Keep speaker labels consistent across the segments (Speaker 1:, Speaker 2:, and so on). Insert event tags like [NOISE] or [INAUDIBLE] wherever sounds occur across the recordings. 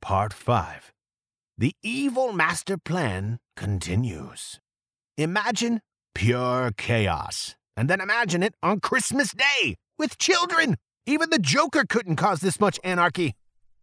Speaker 1: Part 5 The evil master plan continues. Imagine pure chaos, and then imagine it on Christmas Day with children. Even the Joker couldn't cause this much anarchy.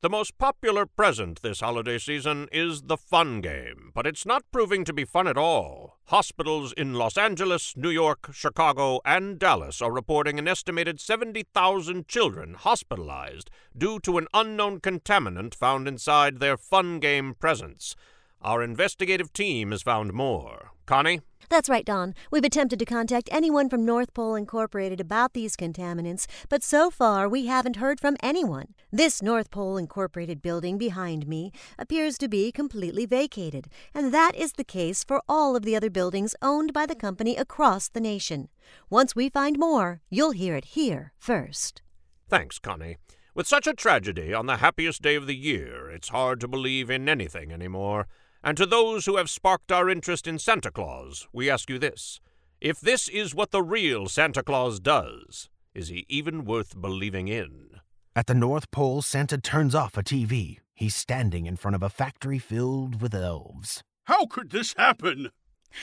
Speaker 2: The most popular present this holiday season is the fun game, but it's not proving to be fun at all. Hospitals in Los Angeles, New York, Chicago, and Dallas are reporting an estimated 70,000 children hospitalized due to an unknown contaminant found inside their fun game presents. Our investigative team has found more. Connie?
Speaker 3: That's right, Don. We've attempted to contact anyone from North Pole Incorporated about these contaminants, but so far we haven't heard from anyone. This North Pole Incorporated building behind me appears to be completely vacated, and that is the case for all of the other buildings owned by the company across the nation. Once we find more, you'll hear it here first.
Speaker 2: Thanks, Connie. With such a tragedy on the happiest day of the year, it's hard to believe in anything anymore. And to those who have sparked our interest in Santa Claus, we ask you this If this is what the real Santa Claus does, is he even worth believing in?
Speaker 1: At the North Pole, Santa turns off a TV. He's standing in front of a factory filled with elves.
Speaker 4: How could this happen?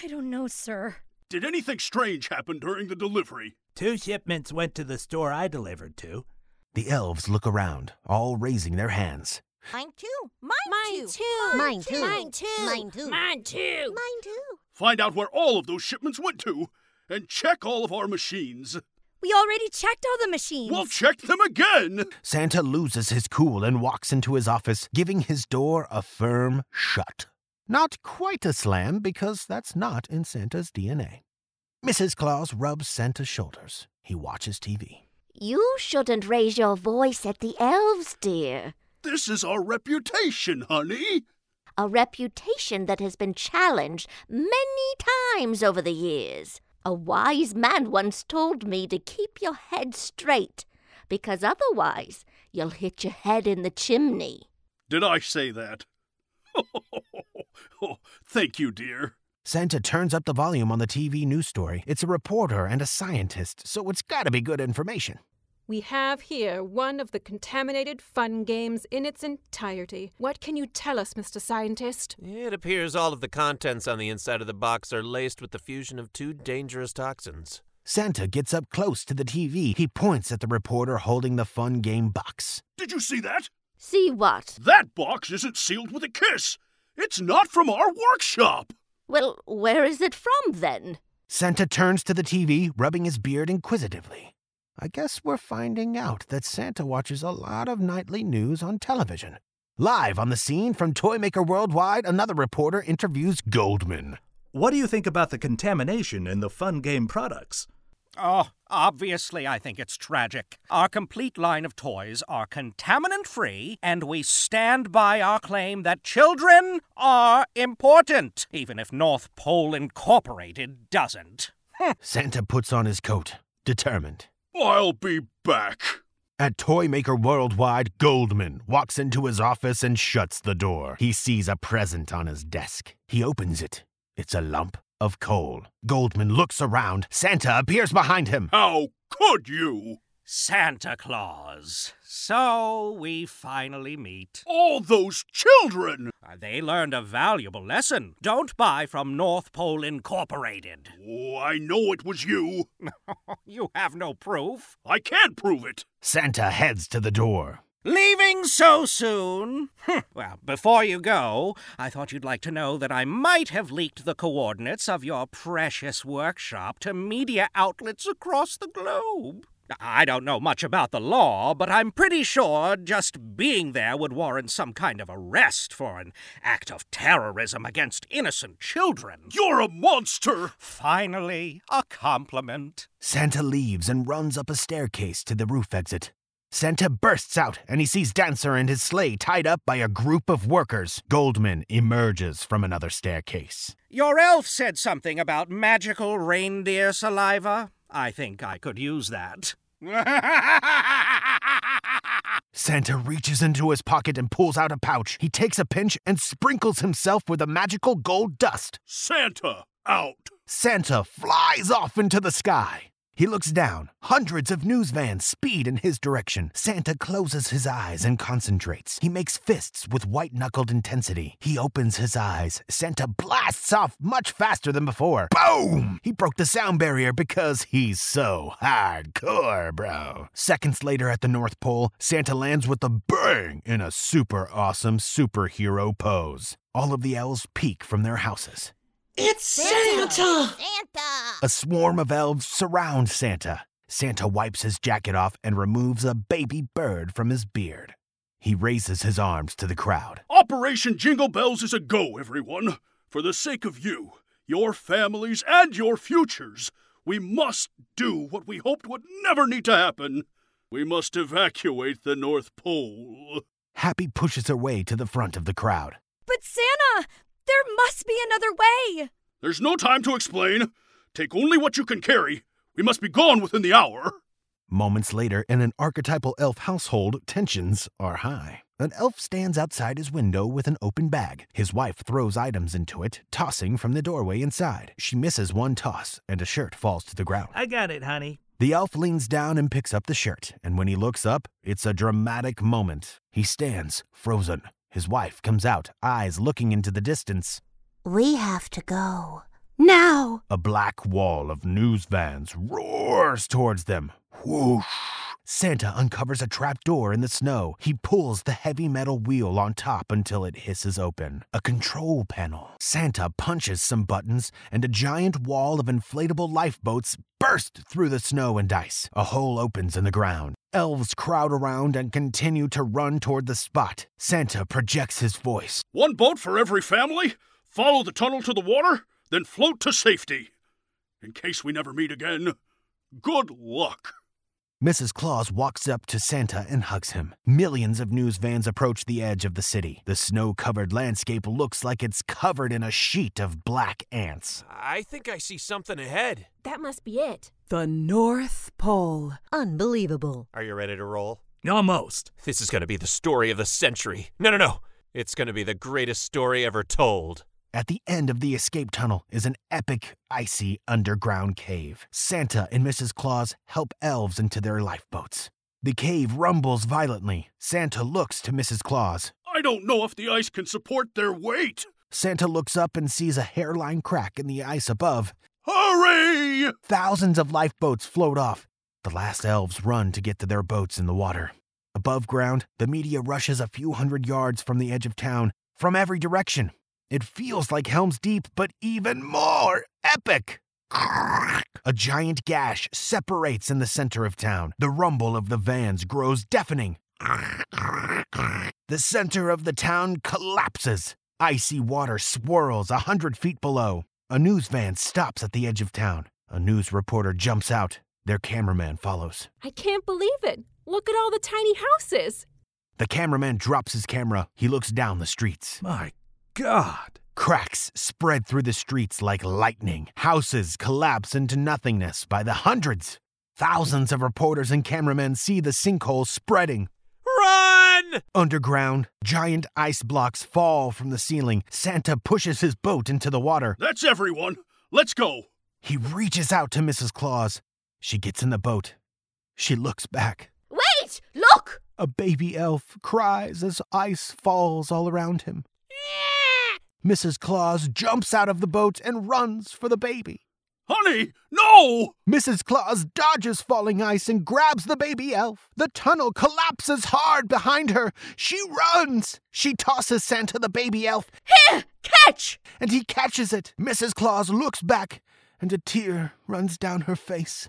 Speaker 5: I don't know, sir.
Speaker 4: Did anything strange happen during the delivery?
Speaker 6: Two shipments went to the store I delivered to.
Speaker 1: The elves look around, all raising their hands.
Speaker 7: Mine too. Mine, Mine too. too.
Speaker 3: Mine too.
Speaker 7: Mine too.
Speaker 3: Mine too.
Speaker 7: Mine too.
Speaker 3: Mine too.
Speaker 4: Find out where all of those shipments went to and check all of our machines.
Speaker 5: We already checked all the machines.
Speaker 4: We'll check them again.
Speaker 1: Santa loses his cool and walks into his office, giving his door a firm shut. Not quite a slam, because that's not in Santa's DNA. Mrs. Claus rubs Santa's shoulders. He watches TV.
Speaker 8: You shouldn't raise your voice at the elves, dear.
Speaker 4: This is our reputation, honey.
Speaker 8: A reputation that has been challenged many times over the years. A wise man once told me to keep your head straight, because otherwise you'll hit your head in the chimney.
Speaker 4: Did I say that? [LAUGHS] Oh, thank you, dear.
Speaker 1: Santa turns up the volume on the TV news story. It's a reporter and a scientist, so it's gotta be good information.
Speaker 9: We have here one of the contaminated fun games in its entirety. What can you tell us, Mr. Scientist?
Speaker 10: It appears all of the contents on the inside of the box are laced with the fusion of two dangerous toxins.
Speaker 1: Santa gets up close to the TV. He points at the reporter holding the fun game box.
Speaker 4: Did you see that?
Speaker 8: See what?
Speaker 4: That box isn't sealed with a kiss. It's not from our workshop.
Speaker 8: Well, where is it from then?
Speaker 1: Santa turns to the TV, rubbing his beard inquisitively. I guess we're finding out that Santa watches a lot of nightly news on television. Live on the scene from Toymaker Worldwide, another reporter interviews Goldman.
Speaker 11: What do you think about the contamination in the fun game products?
Speaker 12: Oh, obviously, I think it's tragic. Our complete line of toys are contaminant free, and we stand by our claim that children are important, even if North Pole Incorporated doesn't.
Speaker 1: Santa puts on his coat, determined.
Speaker 4: I'll be back.
Speaker 1: At Toymaker Worldwide, Goldman walks into his office and shuts the door. He sees a present on his desk. He opens it. It's a lump of coal. Goldman looks around. Santa appears behind
Speaker 4: [LAUGHS]
Speaker 1: him.
Speaker 4: How could you?
Speaker 12: Santa Claus. So we finally meet. Uh,
Speaker 4: All those children!
Speaker 12: They learned a valuable lesson. Don't buy from North Pole Incorporated. [LAUGHS]
Speaker 4: Oh, I know it was you.
Speaker 12: you have no proof.
Speaker 4: I can't prove it.
Speaker 1: Santa heads to the door.
Speaker 12: Leaving so soon? well, before you go, I thought you'd like to know that I might have leaked the coordinates of your precious workshop to media outlets across the globe. I don't know much about the law, but I'm pretty sure just being there would warrant some kind of arrest for an act of terrorism against innocent children.
Speaker 4: You're a monster!
Speaker 12: Finally, a compliment.
Speaker 1: Santa leaves and runs up a staircase to the roof exit. Santa bursts out and he sees Dancer and his sleigh tied up by a group of workers. Goldman emerges from another staircase.
Speaker 12: Your elf said something about magical reindeer saliva. I think I could use that.
Speaker 1: Santa reaches into his pocket and pulls out a pouch. He takes a pinch and sprinkles himself with the magical gold dust.
Speaker 4: Santa out!
Speaker 1: Santa flies off into the sky. He looks down. Hundreds of news vans speed in his direction. Santa closes his eyes and concentrates. He makes fists with white knuckled intensity. He opens his eyes. Santa blasts off much faster than before. Boom! He broke the sound barrier because he's so hardcore, bro. Seconds later at the North Pole, Santa lands with a bang in a super awesome superhero pose. All of the elves peek from their houses.
Speaker 13: It's Santa! Santa!
Speaker 1: A swarm of elves surround Santa. Santa wipes his jacket off and removes a baby bird from his beard. He raises his arms to the crowd.
Speaker 4: Operation Jingle Bells is a go, everyone. For the sake of you, your families, and your futures, we must do what we hoped would never need to happen. We must evacuate the North Pole.
Speaker 1: Happy pushes her way to the front of the crowd.
Speaker 5: But Santa, there must be another way.
Speaker 4: There's no time to explain. Take only what you can carry. We must be gone within the hour.
Speaker 1: Moments later, in an archetypal elf household, tensions are high. An elf stands outside his window with an open bag. His wife throws items into it, tossing from the doorway inside. She misses one toss, and a shirt falls to the ground.
Speaker 6: I got it, honey.
Speaker 1: The elf leans down and picks up the shirt, and when he looks up, it's a dramatic moment. He stands, frozen. His wife comes out, eyes looking into the distance.
Speaker 14: We have to go. Now!
Speaker 1: A black wall of news vans roars towards them. Whoosh! Santa uncovers a trap door in the snow. He pulls the heavy metal wheel on top until it hisses open. A control panel. Santa punches some buttons, and a giant wall of inflatable lifeboats burst through the snow and ice. A hole opens in the ground. Elves crowd around and continue to run toward the spot. Santa projects his voice.
Speaker 4: One boat for every family. Follow the tunnel to the water then float to safety. In case we never meet again, good luck.
Speaker 1: Mrs. Claus walks up to Santa and hugs him. Millions of news vans approach the edge of the city. The snow covered landscape looks like it's covered in a sheet of black ants.
Speaker 10: I think I see something ahead.
Speaker 7: That must be it.
Speaker 13: The North Pole.
Speaker 3: Unbelievable.
Speaker 10: Are you ready to roll?
Speaker 6: Almost.
Speaker 10: This is going to be the story of the century. No, no, no. It's going to be the greatest story ever told.
Speaker 1: At the end of the escape tunnel is an epic, icy underground cave. Santa and Mrs. Claus help elves into their lifeboats. The cave rumbles violently. Santa looks to Mrs. Claus.
Speaker 4: I don't know if the ice can support their weight.
Speaker 1: Santa looks up and sees a hairline crack in the ice above.
Speaker 4: Hurry!
Speaker 1: Thousands of lifeboats float off. The last elves run to get to their boats in the water. Above ground, the media rushes a few hundred yards from the edge of town, from every direction. It feels like Helm's Deep, but even more epic. A giant gash separates in the center of town. The rumble of the vans grows deafening. The center of the town collapses. Icy water swirls a hundred feet below. A news van stops at the edge of town. A news reporter jumps out. Their cameraman follows.
Speaker 9: I can't believe it. Look at all the tiny houses.
Speaker 1: The cameraman drops his camera. He looks down the streets.
Speaker 6: My God!
Speaker 1: Cracks spread through the streets like lightning. Houses collapse into nothingness by the hundreds. Thousands of reporters and cameramen see the sinkhole spreading.
Speaker 10: Run!
Speaker 1: Underground, giant ice blocks fall from the ceiling. Santa pushes his boat into the water.
Speaker 4: That's everyone. Let's go.
Speaker 1: He reaches out to Mrs. Claus. She gets in the boat. She looks back.
Speaker 7: Wait! Look!
Speaker 1: A baby elf cries as ice falls all around him. Mrs. Claus jumps out of the boat and runs for the baby.
Speaker 4: Honey, no!
Speaker 1: Mrs. Claus dodges falling ice and grabs the baby elf. The tunnel collapses hard behind her. She runs. She tosses Santa the baby elf.
Speaker 7: Here, catch!
Speaker 1: And he catches it. Mrs. Claus looks back, and a tear runs down her face.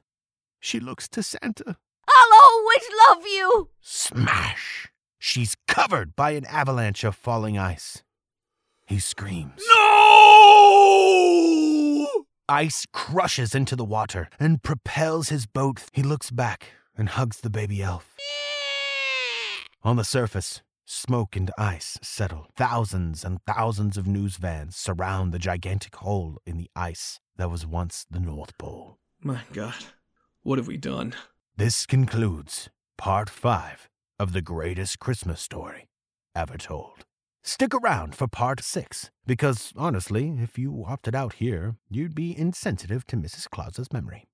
Speaker 1: She looks to Santa.
Speaker 7: I'll
Speaker 8: Oh,
Speaker 7: always love you!
Speaker 1: Smash! She's covered by an avalanche of falling ice. He screams.
Speaker 4: No!
Speaker 1: Ice crushes into the water and propels his boat. He looks back and hugs the baby elf. On the surface, smoke and ice settle. Thousands and thousands of news vans surround the gigantic hole in the ice that was once the North Pole.
Speaker 13: My God, what have we done?
Speaker 1: This concludes part five of the greatest Christmas story ever told. Stick around for part six, because honestly, if you opted out here, you'd be insensitive to Mrs. Claus's memory.